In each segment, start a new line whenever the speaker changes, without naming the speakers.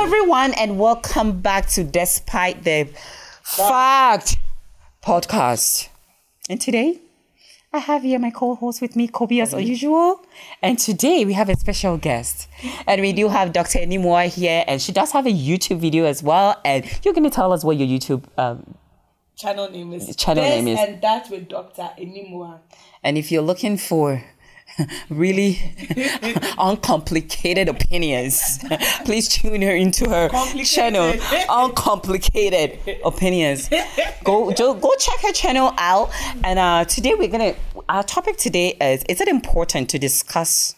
everyone, and welcome back to Despite the Fact podcast. And today, I have here my co-host with me, Kobe, as usual. And today we have a special guest, and we do have Dr. Nimua here, and she does have a YouTube video as well. And you're going to tell us what your YouTube um,
channel name is
Channel
this
name is-
and that with Dr. Enimua.
And if you're looking for really uncomplicated opinions, please tune her into her
Complicated.
channel, Uncomplicated Opinions. Go, jo- go check her channel out. And uh, today we're gonna our topic today is: Is it important to discuss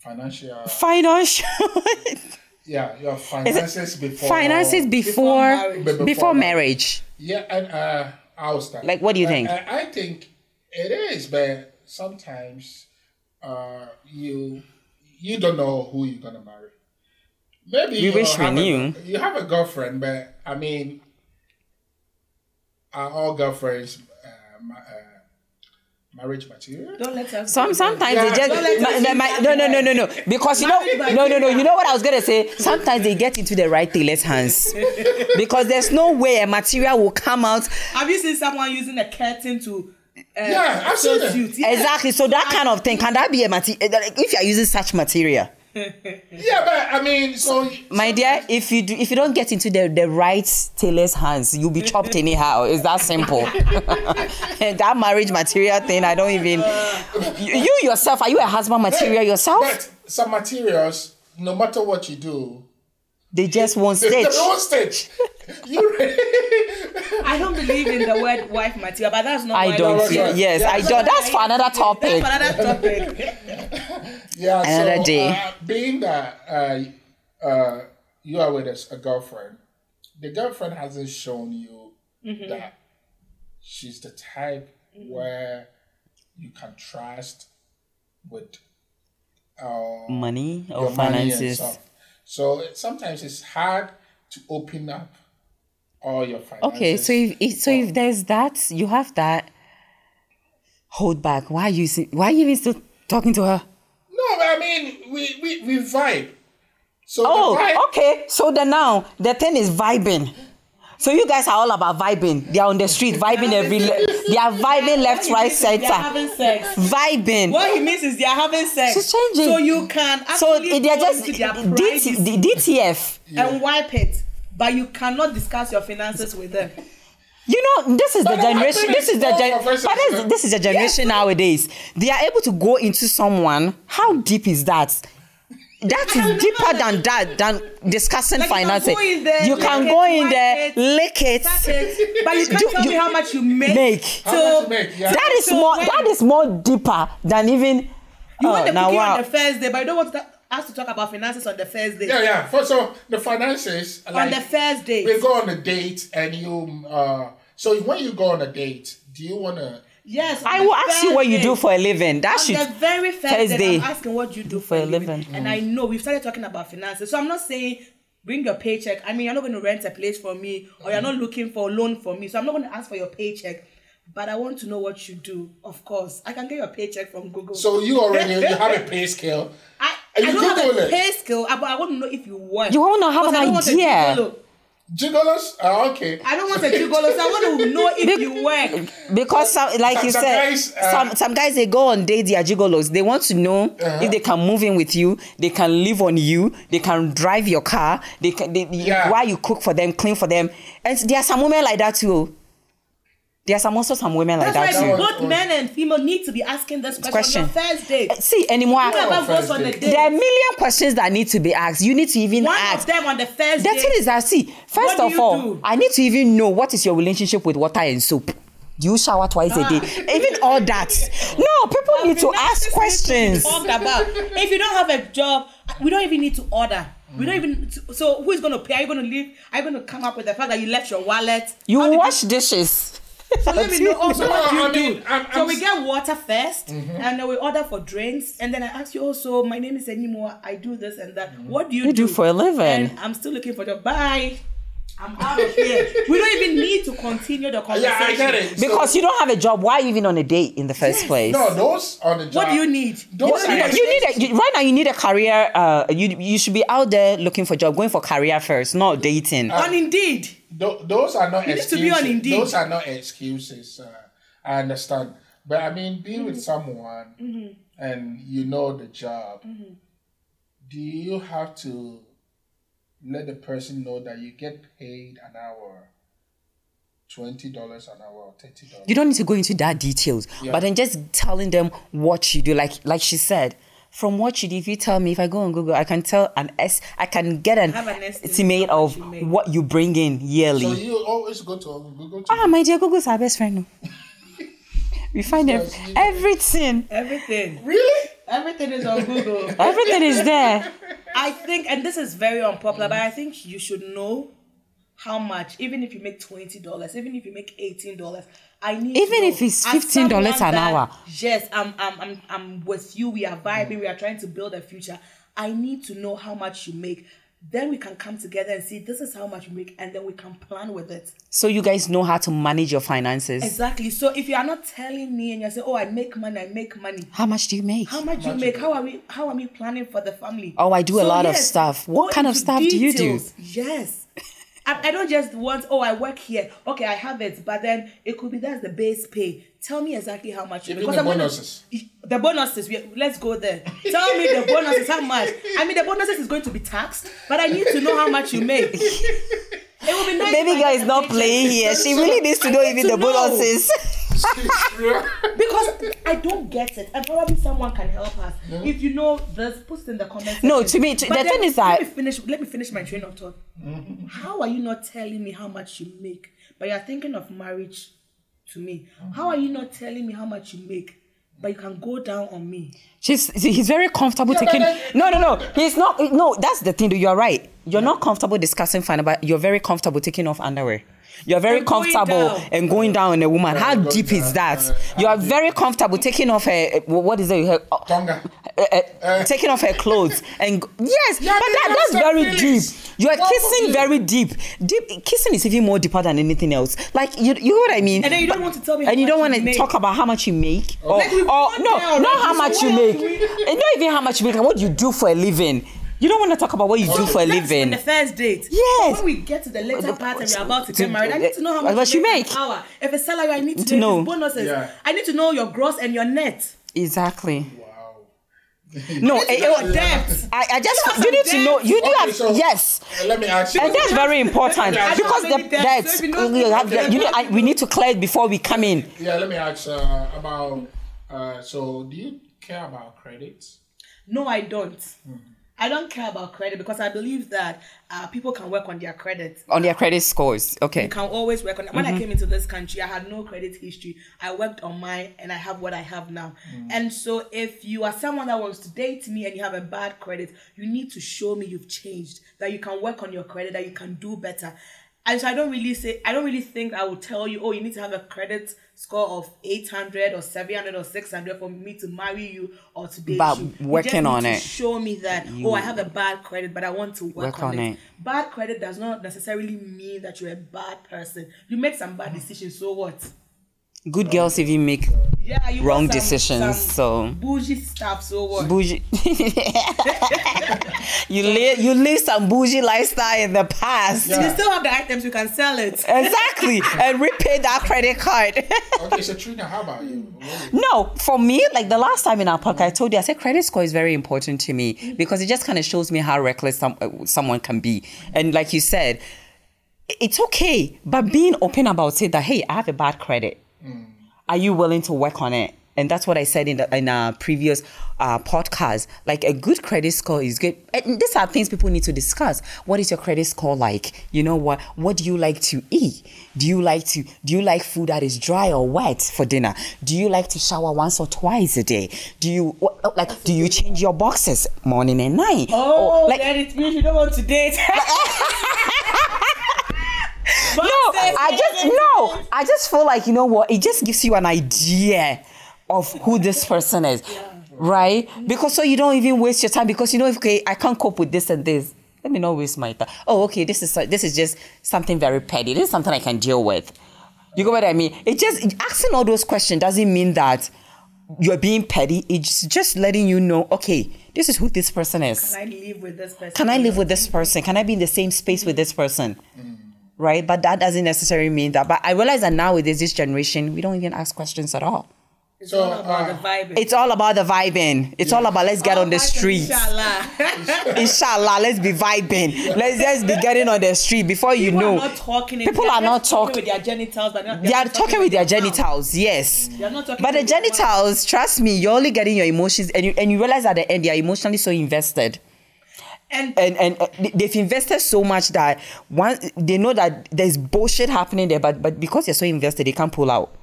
financial
financial
yeah your finances before
finances before
marriage.
before,
Before
marriage?
yeah and uh i'll start
Like, what do you
I-
think?
I, I think it is but sometimes uh you you don't know who you're gonna marry maybe you
wish we
have a-
knew.
you have a girlfriend but i mean are all girlfriends uh, ma- uh, marriage material
Don't let us
Some sometimes they
Yeah,
just
don't let
my,
them
my, my- no no no no no because you know no no no you know what I was gonna say sometimes they get into the right tailor's hands because there's no way a material will come out
Have you seen someone using a curtain to uh,
Yeah, I've
show
seen it.
suit? Yeah.
exactly so that kind of thing can that be a material if you are using such material
yeah but i mean so
my dear if you do if you don't get into the the right tailor's hands you'll be chopped anyhow it's that simple that marriage material thing I don't even you, you yourself are you a husband material yourself
but some materials no matter what you do
they just won't
It's
stitch
The wrong stage. You re-
I don't believe in the word wife material, but that's not
I
why
don't
that's
see.
not-
Yes, I don't. That's for another topic.
That's for another topic.
yeah.
Another
so,
day.
Uh, being that uh, uh, you are with a, s- a girlfriend, the girlfriend hasn't shown you that she's the type where you can trust with uh,
Money
your
or
money and
finances.
stuff. So it, sometimes it's hard to open up all your finances.
Okay, so if, if so, if there's that, you have that. Hold back. Why are you? si- Why are you even still talking to her?
no, but I mean we we, we vibe. So the vibe-
Oh, okay. So then now the thing is vibing. So you guys are all about vibing. They are on the street vibing every. Le- they are vibing left, right,
They're
center.
having sex.
Vibing.
What he means is they're having sex.
She's changing.
So you can
So
actually
they are
go
just
into their
DT,
privacy
D- DTF.
and wipe it, but you cannot discuss your finances with them.
You know, this is the
But that
generation.
happens
This is the
all
gen-
of us,
but this,
isn't it?
this is the generation nowadays. They are able to go into someone. How deep is that? That is deeper than that than discussing
Like, you can
finances.
go in there,
you
lick
can
it,
go in
wipe
there,
it,
lick it.
That's it. But you can't
Do-
tell
you-
me how much you make.
make.
How much you make, yeah.
That is
So
more.
when-
That is more deeper than even.
You
oh,
want the
now
cookie
wow.
on the first day, but you don't want to, us to talk about finances on the first day.
Yeah, yeah. For so the finances
On
like
the first day.
we go on a date and you uh so when you go on a date, do you wanna
Yes. on
I
the
will ask you
first
what you
day.
do for a living. That
On
should.
the very first
first
day,
day.
I'm asking what you do for, a living. And I know we've started talking about finances. So I'm not saying bring your paycheck. I mean, you're not going to rent a place for me or you're not looking for a loan for me. So I'm not going to ask for your paycheck. But I want to know what you do. Of course, I can get your paycheck from Google.
so you already you have a pay scale.
I, I
And you
don't have
Google
a
it.
pay scale, uh, but I want to know if you work.
You wanna have
Because
an
I don't want a
idea.
gigolo.
Gigolos are okay.
I don't want a gigolo, so I want to know if you work.
Because some, like
Some-
you
some
said,
guys, uh,
some some guys they go on dates, they are gigolos. They want to know
Uh-huh.
if they can move in with you, they can live on you, they can drive your car, they can they, you-
Yeah.
why you cook for them, clean for them. And there are some women like that too. There are some also some women like
That's
that
why
too.
one-
both
one-
men and female need to be asking this question, on
Question.
your first date.
See anymore.
Whoever goes
first
on the
date.
date,
There are a million questions that need to be asked. You need to even
one
ask.
of them on the first
The
date.
thing is that see, first
What do
of
you
all,
do?
I need to even know what is your relationship with water and soap. Do you shower twice
Ah.
a day? Even all that. No, people need to ask
Finances need to be
questions.
talked about. if you don't have a job, we don't even need to order. We don't even. So who is going to pay? Are you going to leave? Are you going to come up with the fact that you left your wallet?
You
How did
wash dishes.
So let me know also
No,
what you
I
do. Mm-hmm.
mean, I'm-
so
I'm
we
s-
get water 1st and then we order for drinks, and then I ask you also, my name Mm-hmm. is Enimua, I do this and that. What do you,
You do for a living.
And I'm still looking for the bye. I'm out of here. we don't even need to continue the conversation.
Yeah, I get it. So-
Because you don't have a job, why even on a date in the first place?
no, those on the job.
What do you need?
Those
You,
are
know, you need a, you- right now. You need a career. Uh, you you should be out there looking for job, going for career first, not dating.
on Indeed.
Tho- those are not
You need to
excuses.
be on Indeed.
Those are not excuses. Uh, I understand, but I mean, be with someone and you know the job. Do you have to let the person know that you get paid an hour, twenty dollars an hour, or thirty dollars?
you don't need to go into that details but then just telling them what you do like like she said from what you do if you tell me if i go on google i can tell an s i can get an
Have an estimate
estimate
of what
of
you make.
what you bring in yearly
So you always go to Google. To
ah my dear google's our best friend no. we find ev-
Yes, you-
everything
Everything.
Really?
Everything is on Google.
everything is there
I think, and this is very unpopular, but I think you should know how much, even if you make twenty dollars, even if you make eighteen dollars, I need. to
Even
know,
if it's
as
$15
someone
an
that,
hour.
Yes, I'm, I'm, I'm, I'm with you. We are vibing. We are trying to build a future. I need to know how much you make. Then we can come together and see this is how much you make, and then we can plan with it.
so you guys know how to manage your finances
Exactly. So if you are not telling me and you say, "Oh, I make money, I make money,"
how much do you make
how much you make? How are we? How are we planning for the family?
Oh, I do a lot of stuff. What
go
kind of
into
stuff do you do?
details. Yes. I, I don't just want. Oh, I work here. Okay, I have it, but then it could be that's the base pay. Tell me exactly how much. you
Even
make,
the
I'm gonna-
bonuses.
the bonuses. We, let's go there. Tell me the bonuses. How much? I mean, the bonuses is going to be taxed, but I need to know how much you make. It will be nice. if I
baby
get
girl is
a
not
paycheck.
playing here she really needs to know
need
even the
to know.
bonuses
because I don't get it, and probably someone can help us. If you know, there's post in the comments.
No, to
section.
me- to-
But
the
then,
thing is
let
that-
me finish. Let me finish my train of thought. How are you not telling me how much you make? But you're thinking of marriage. To me, how are you not telling me how much you make? But you can go down on me.
She's he's very comfortable
Yeah, but
taking.
then-
No, no, no. He's not. No, that's the thing. Though you're right. You're not comfortable discussing fun, but you're very comfortable taking off underwear. You're very
And going
comfortable
down.
and going down on a woman. How
going
deep is
down.
that?
Uh,
you are
how deep?
very comfortable taking off her. uh, What is it? Her, uh,
Tonga.
uh, uh, taking off her clothes and g- yes,
Yeah,
but
they
that,
have
that's
some
very
feelings.
deep. You are
What
kissing
for?
very deep. Deep kissing is even more deeper than anything else. Like you, you know what I mean.
And then you don't
But-
want to tell me
And
how
you don't
much
want
you
to
make. Oh.
talk about how much you make or,
Like, we've
or
gone
no,
there
not
already,
how
so
much
why
you
are
make.
we-
And not even how much you make. What you do for a living. You don't want to talk about what you do for a
That's on
living.
the first date.
Yes.
But when we get to the later
The-
part and we're about to
to-
get married, I need to know how
uh,
much
what you
an
make.
Hour. If it's salary, I need to,
To
know.
know.
If it's bonuses.
Yeah.
I need to know your gross and your net.
Exactly.
Wow.
No, eh, eh,
Your debt.
I, I just
Because
you
I'm
need to know.
dead.
You do
Okay,
have
so-
yes.
Uh, Let me ask you.
And that's very important
Yeah,
because
so
the
maybe that's-
debts,
so if you don't
we
do
have-
that,
you
then
know, I- we need to clear it before we come in.
Yeah, let me ask uh, about. Uh, so, do you care about credits?
No, I don't. I don't care about credit because I believe that uh, people can work on their credit.
on their credit scores. Okay.
You can always work on.
Mm-hmm.
When I came into this country, I had no credit history. I worked on mine, and I have what I have now.
Mm.
And so, if you are someone that wants to date me and you have a bad credit, you need to show me you've changed, that you can work on your credit, that you can do better. And so, I don't really say, I don't really think I will tell you, oh, you need to have a credit score of eight hundred or seven hundred or six hundred for me to marry you or to date
But
you. You just
working
need
on
to
it.
Show me that. oh, I have a bad credit, but I want to work,
Work
on,
on
it.
it.
Bad credit does not necessarily mean that you're a bad person. You make some bad decisions, so what?
Good girls even make
Yeah, you
Wrong
want some-
decisions,
some
so-
bougie stuff, so what?
bougie. you live you live some bougie lifestyle in the past.
Yeah.
You still have the items, you can sell
Eh,
it.
Exactly. and repay that credit card.
Okay, so Trina, how about you? Really?
no, for me, like the last time in our podcast, I told you, I said credit score is very important to me because it just kind of shows me how reckless some, uh, someone can be. And like you said, i- it's okay, but being open about it that, hey, I have a bad credit. Are you willing to work on it? And that's what I said in the, in our previous uh, podcast. Like a good credit score is good. And these are things people need to discuss. What is your credit score like? You know what? What do you like to eat? Do you like to do you like food that is dry or wet for dinner? Do you like to shower once or twice a day? Do you what- like? Do you change your boxes morning and night?
Oh,
Or, like
then it means you don't want to date.
no, I just no, I just feel like you know what? It just gives you an idea of who this person is, right? Because so you don't even waste your time because you know, okay, I can't cope with this and this. Let me not waste my time. Oh, okay. This is this is just something very petty. This is something I can deal with. You get what I mean? It just asking all those questions doesn't mean that you're being petty. It's just letting you know, okay, this is who this person is.
Can I live with this person?
Can I live with
Mm.
this person? Can I be in the same space with this person? Right? But that doesn't necessarily mean that. But I realize that now with this generation, we don't even ask questions at all.
It's
So,
all about
uh,
the vibe.
It's all about the vibing. It's all about let's get on the street.
Inshallah.
Inshallah, let's be vibing. Let's just be getting on the street before you
People
know.
are not talking.
People
They
are not
just
talking.
with their genitals, but they're,
They are talking with their genitals, yes.
They are not talking
But the
with their mouth.
genitals, trust me, you're only getting your emotions, and you, and you realize at the end they are emotionally so invested.
And
and and uh, they- they've invested so much that once they know that there's bullshit happening there, but but because they're so invested, they can't pull out.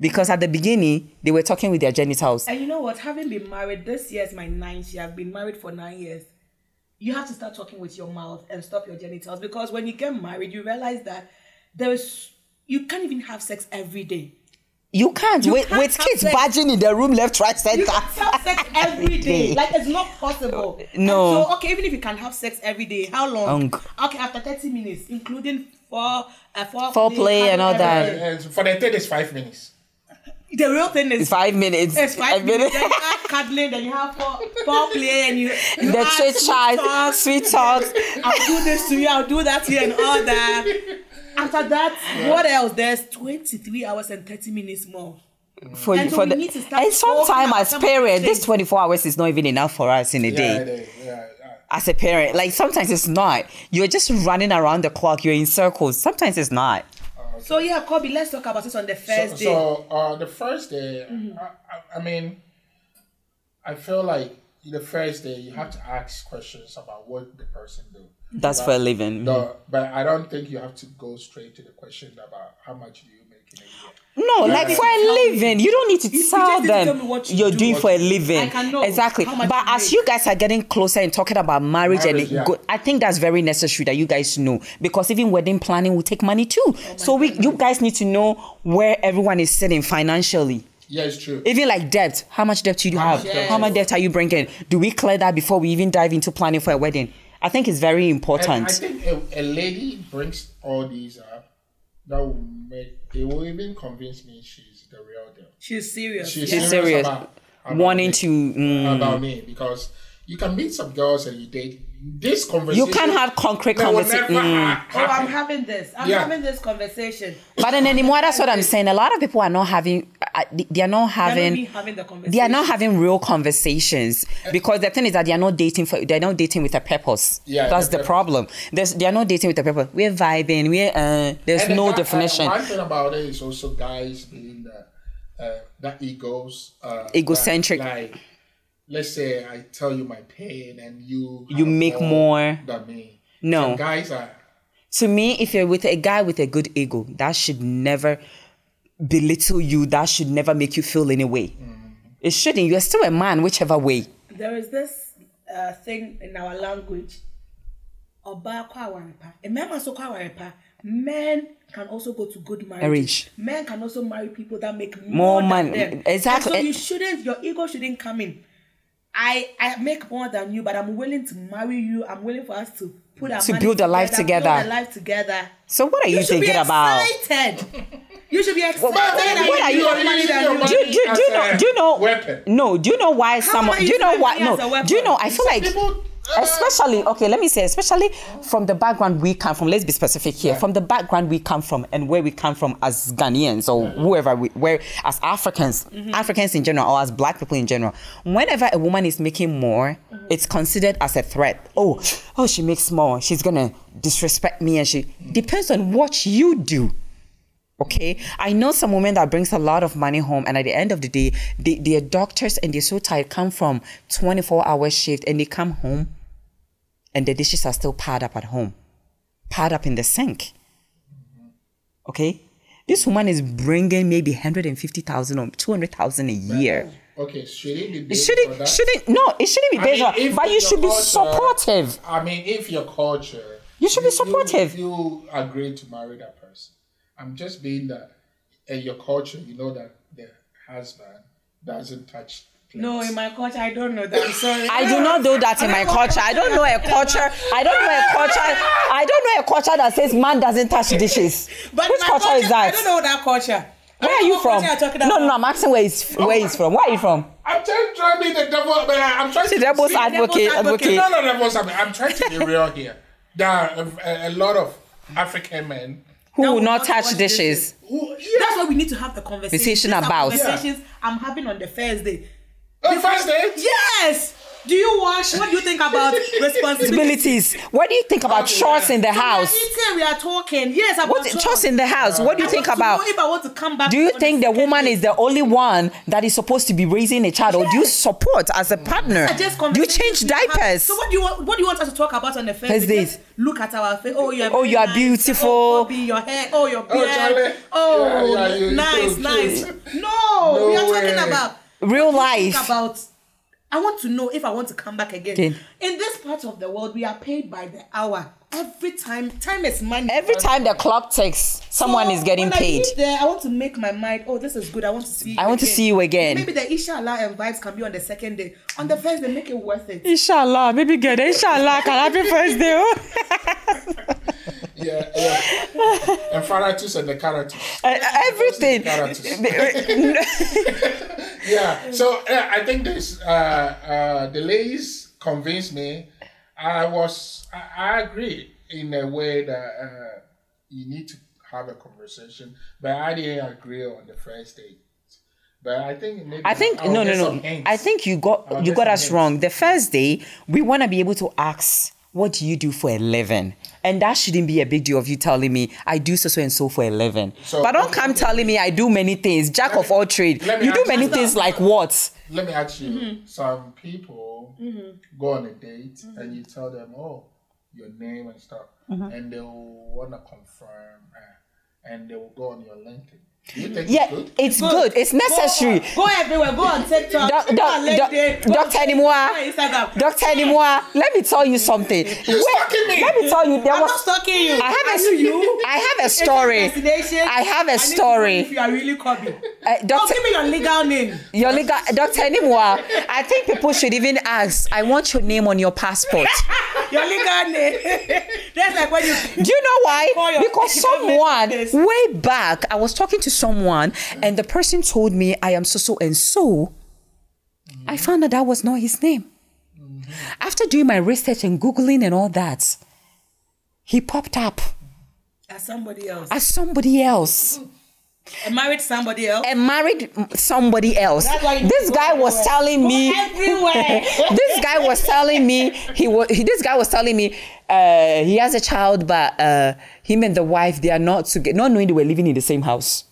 Because at the beginning they were talking with their genitals.
And you know what? Having been married, this year is my ninth year. I've been married for nine years. You have to start talking with your mouth and stop your genitals because when you get married, you realize that there is you can't even have sex every day.
You can't
You
with
can't
with
have
kids
sex.
barging in the room left, right, center.
You can have sex every day. Like it's not possible. And
Uh, No.
so okay, even if you can have sex every day, how long?
Long.
Okay, after thirty minutes, including for uh, foreplay,
Foreplay and all that.
everything.
Uh, for the third is five minutes.
The real thing is
five minutes.
It's
a
five
minute.
minutes. Then you have cuddling, then you have four, four play, and you, you
the
have
chit chat,
talks.
sweet talks.
I'll do this to you, I'll do that to you, and all that. After that, what else? There's 23 hours and 30 minutes more.
For,
And
you-
so
for
we
the,
need to start
and
talking
sometime
about
as
some of the
parents, this
things.
24 hours is not even enough for us in a day.
Yeah, they- yeah, yeah.
as a parent. Like sometimes it's not. You're just running around the clock. You're in circles. Sometimes it's not.
So, yeah, Kobe, let's talk about this on the first
so,
day.
so uh, the first day, I, I, I mean, I feel like the first day you have to ask questions about what the person do.
That's for a living. No,
No, but I don't think you have to go straight to the question about how much do you make in a year.
like
Yeah.
for
Tell
a
me.
living. You don't need to
You- you
tell
just need to
them
tell me what you
you're
do.
doing for a living.
I can know
exactly.
how much
But
you
as
make.
you guys are getting closer and talking about marriage,
Marriage,
and
yeah.
go, I think that's very necessary that you guys know because even wedding planning will take money
Oh
too. so we, you guys need to know where everyone is sitting financially.
Yeah, it's true.
Even like debt, how much debt do you have?
much debt?
How much debt are you bringing? Do we clear that before we even dive into planning for a wedding? I think it's very
And
important.
I think a, a lady brings all these up. That will make it will even convince me she's the real deal.
She's serious.
She's
yeah.
serious.
about, about
Wanting
me.
to, mm.
about me because you can meet some girls and you date. This
you
conversation
can't have concrete
They will
conversation.
never
Mm.
ha-
Oh, I'm
happen.
having this. I'm
Yeah.
having this conversation.
But then anymore, that's what I'm saying. A lot of people are not having, uh, they are not
They're not
having,
even having the conversation.
they are not having real conversations because the thing is that they are not dating for, they're not dating with a purpose.
Yeah,
that's
the
the
purpose.
problem. There's, they are not dating with a purpose. We're vibing. We're, uh, there's
And
no
that-
definition.
and one thing about it is also guys being the uh, that egos uh,
Egocentric.
Like, like, let's say I tell you my pain and you
You
have
make more.
than me.
No.
Some guys are
to me, if you're with a guy with a good ego, that should never belittle you. That should never make you feel any way. It shouldn't. You're still a man, whichever way.
there is this uh, thing in our language ọba akọ awarepa mmarima nso kọ awarepa men can also go to good marriage,
Marriage.
men can also marry people that make
More
more, than
money.
them
Exactly.
and so you shouldn't your ego shouldn't come in I I make more than you but I'm willing to marry you I'm willing for us to put our
To
money
build a life
build
together.
a life together
So what are you,
should
thinking
be
about?
excited you should be excited that
what
you
are you-
make more money
using
than
your
you
Do, do, do you
As
know?
a
Do you know?
weapon.
No. Do you know why someone? Do
about
you
you
know
use
why?
me as a
No. Do you
weapon?
know? I feel like.
people. uh,
especially okay let me say especially from the background we come from let's be specific here from the background we come from and where we come from as ghanaians or whoever we where as africans
Mm-hmm.
africans in general or as black people in general whenever a woman is making more
Mm-hmm.
it's considered as a threat oh oh she makes more she's gonna disrespect me and she depends on what you do Okay, I know some women that brings a lot of money home, and at the end of the day, they, they're doctors and they're so tired, come from 24 hour shift, and they come home and the dishes are still piled up at home, piled up in the sink. Okay, this woman is bringing maybe 150,000 or 200,000 a year.
Okay, should it be
It
based on
shouldn't,
that?
shouldn't, no, it shouldn't be
I mean,
based on,
if
but you
your
should be
culture-
supportive.
I mean, if your culture,
You should be supportive.
You, you agree to marry that person. I'm just being that in your culture, you know that the husband doesn't touch
No, in my culture, I don't know that. I'm sorry.
I do not do that in my culture. I don't know a culture. I don't know a culture. I don't know a culture that says man doesn't touch dishes.
But
Which
my
culture, is
I
that?
don't know that culture. I
Where
don't
are
know
you
what
from?
culture you're talking
No,
about.
no, I'm asking where he's where he's from. Where are you from?
I'm trying to be the devil, but I, I'm trying
The
to
devil's
see-
advocate.
advocate.
advocate.
No, no, devil's advocate. I'm trying to be real here. There are a, a- a lot of African men
Who will not
Not
touch
wash
dishes?
who.
That's why we need to have a
Conversation
conversation. These are
about.
conversations I'm having on the Thursday.
On first day,
Yes. Do you wash? What do you think about responsibility? Oh,
Abilities. What do you think about
Okay,
chores
yeah.
in the house?
We are eating, we are talking. Yes, about
What chores in the house? What do you
I
think
want to
about?
know If I want to come back,
Do you
on
think the woman is the only one that is supposed to be raising a child, or do you support as a partner?
I just
Do you
conversations
change
we have.
diapers?
So what do you want? What do you want us to talk about on the first
Thursday.
day? Just Look at our face. Oh, you are.
Oh,
very
you are
nice.
beautiful.
Oh, Bobby, your hair. Oh, your beard.
Charlie.
Oh,
Yeah, yeah, you- you
nice,
so
nice.
cute.
No,
No
we are
way.
talking about
Real
think
life.
about. I want to know if I want to come back again.
Again.
In this part of the world, we are paid by the hour. Every time, time is money.
Every time the clock ticks, someone
So
is getting
when
paid.
I, leave there, I want to make my mind. Oh, this is good. I want to see. You
I want to see you again.
Maybe the inshallah and vibes can be on the second day. On the first day, make it worth it.
Inshallah, baby girl. Inshallah, can happy first day. oh.
yeah, yeah. and Faratus and the characters.
Uh, Everything.
Characters. yeah. So yeah, I think this uh, uh, delays convinced me. I was I, I agree in a way that uh, you need to have a conversation, but I didn't agree on the first date. But I think maybe
I think
I'll
no,
get
no,
some
no.
hints.
I think you got
I'll
you
get
got
some
us
hints.
wrong. The first day, we want to be able to ask, "What do you do for a living?" And that shouldn't be a big deal of you telling me I do so so and so for a living.
So-
but don't come telling me I do many things. Jack of all trade.
let me
You do
ask
many
you-
things like what?
let me ask you some people go on a date and you tell them oh your name and stuff
Mm-hmm.
and they will want to confirm uh, and they will go on your linkedin do you think
Yeah,
it's good
it's good. It's necessary.
Go, go everywhere. Go on TikTok.
Doc-
go
doc-
on LinkedIn,
doc-
go on
Dr.
Facebook,
Nimua.
go on Instagram.
Doctor Nimwa, let me tell you something. Wait,
stalking me.
let me tell you, there
I'm not
was.
stalking you.
I have a
Are you you.
I have a
Is it
story.
fascination?
I have a
I need to know
story.
If you are really Kobe.
Uh,
Oh,
doctor,
give me your legal name.
your legal doctor Nimwa. I think people should even ask. I want your name on your passport.
Your legal name. That's like when you.
Do you know
Call
why?
your-
Because
you don't make
someone
this.
way back, I was talking to someone, and the person told me I am so so and so. I found that that was not his name.
Mm-hmm.
After doing my research and googling and all that, he popped up
As somebody else.
as somebody else.
I married somebody else.
and married somebody else.
That's why you need
This
to go
guy was
everywhere.
telling me.
Go everywhere.
this guy was telling me he was. He, this guy was telling me uh, he has a child, but uh, him and the wife they are not together. Not knowing they were living in the same house.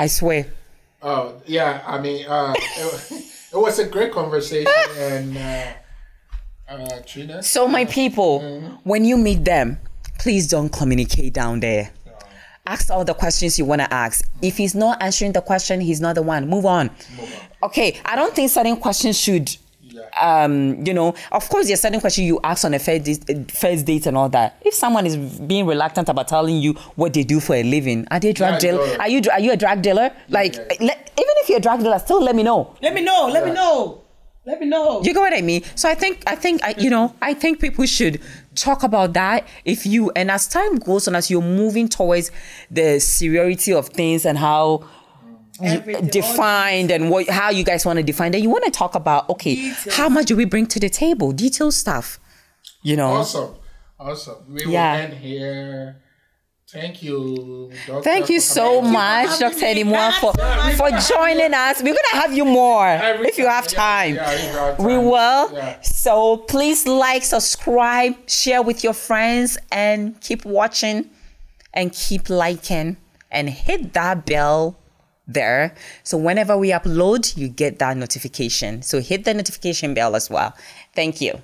I swear.
oh yeah i mean uh, it, it was a great conversation and uh, uh, Trina,
So my people,
Mm-hmm.
when you meet them, please don't communicate down there. Ask all the questions you want to ask. If he's not answering the question, he's not the one. Move on. Okay, I don't think certain questions should
yeah.
um, you know, of course, there's certain questions you ask on a first date, uh, first date and all that. If someone is being reluctant about telling you what they do for a living, are they drug
Yeah,
dealer?
no.
Are you dr- are you a drug dealer? Like,
yeah,
le- even if you're a drug dealer, still let me know.
Let me know. Let me know. Let me know.
You get what I mean? So I think I think I, you know I think people should talk about that. If you and as time goes on, as you're moving towards the severity of things and how
Everything, all
defined and what how you guys want to define that you want to talk about okay
Details.
how much do we bring to the table detail stuff you know
awesome awesome we
Yeah.
will end here thank you Doctor,
thank you
for
so
coming.
much
having
dr
me.
Enimwa, for
That's
for
right.
joining us we're gonna have you more
Every
if you
time,
have
yeah,
time
yeah, if you have
we
time,
will
yeah.
so please like subscribe share with your friends and keep watching and keep liking and hit that bell there. So whenever we upload, you get that notification. So hit the notification bell as well. Thank you.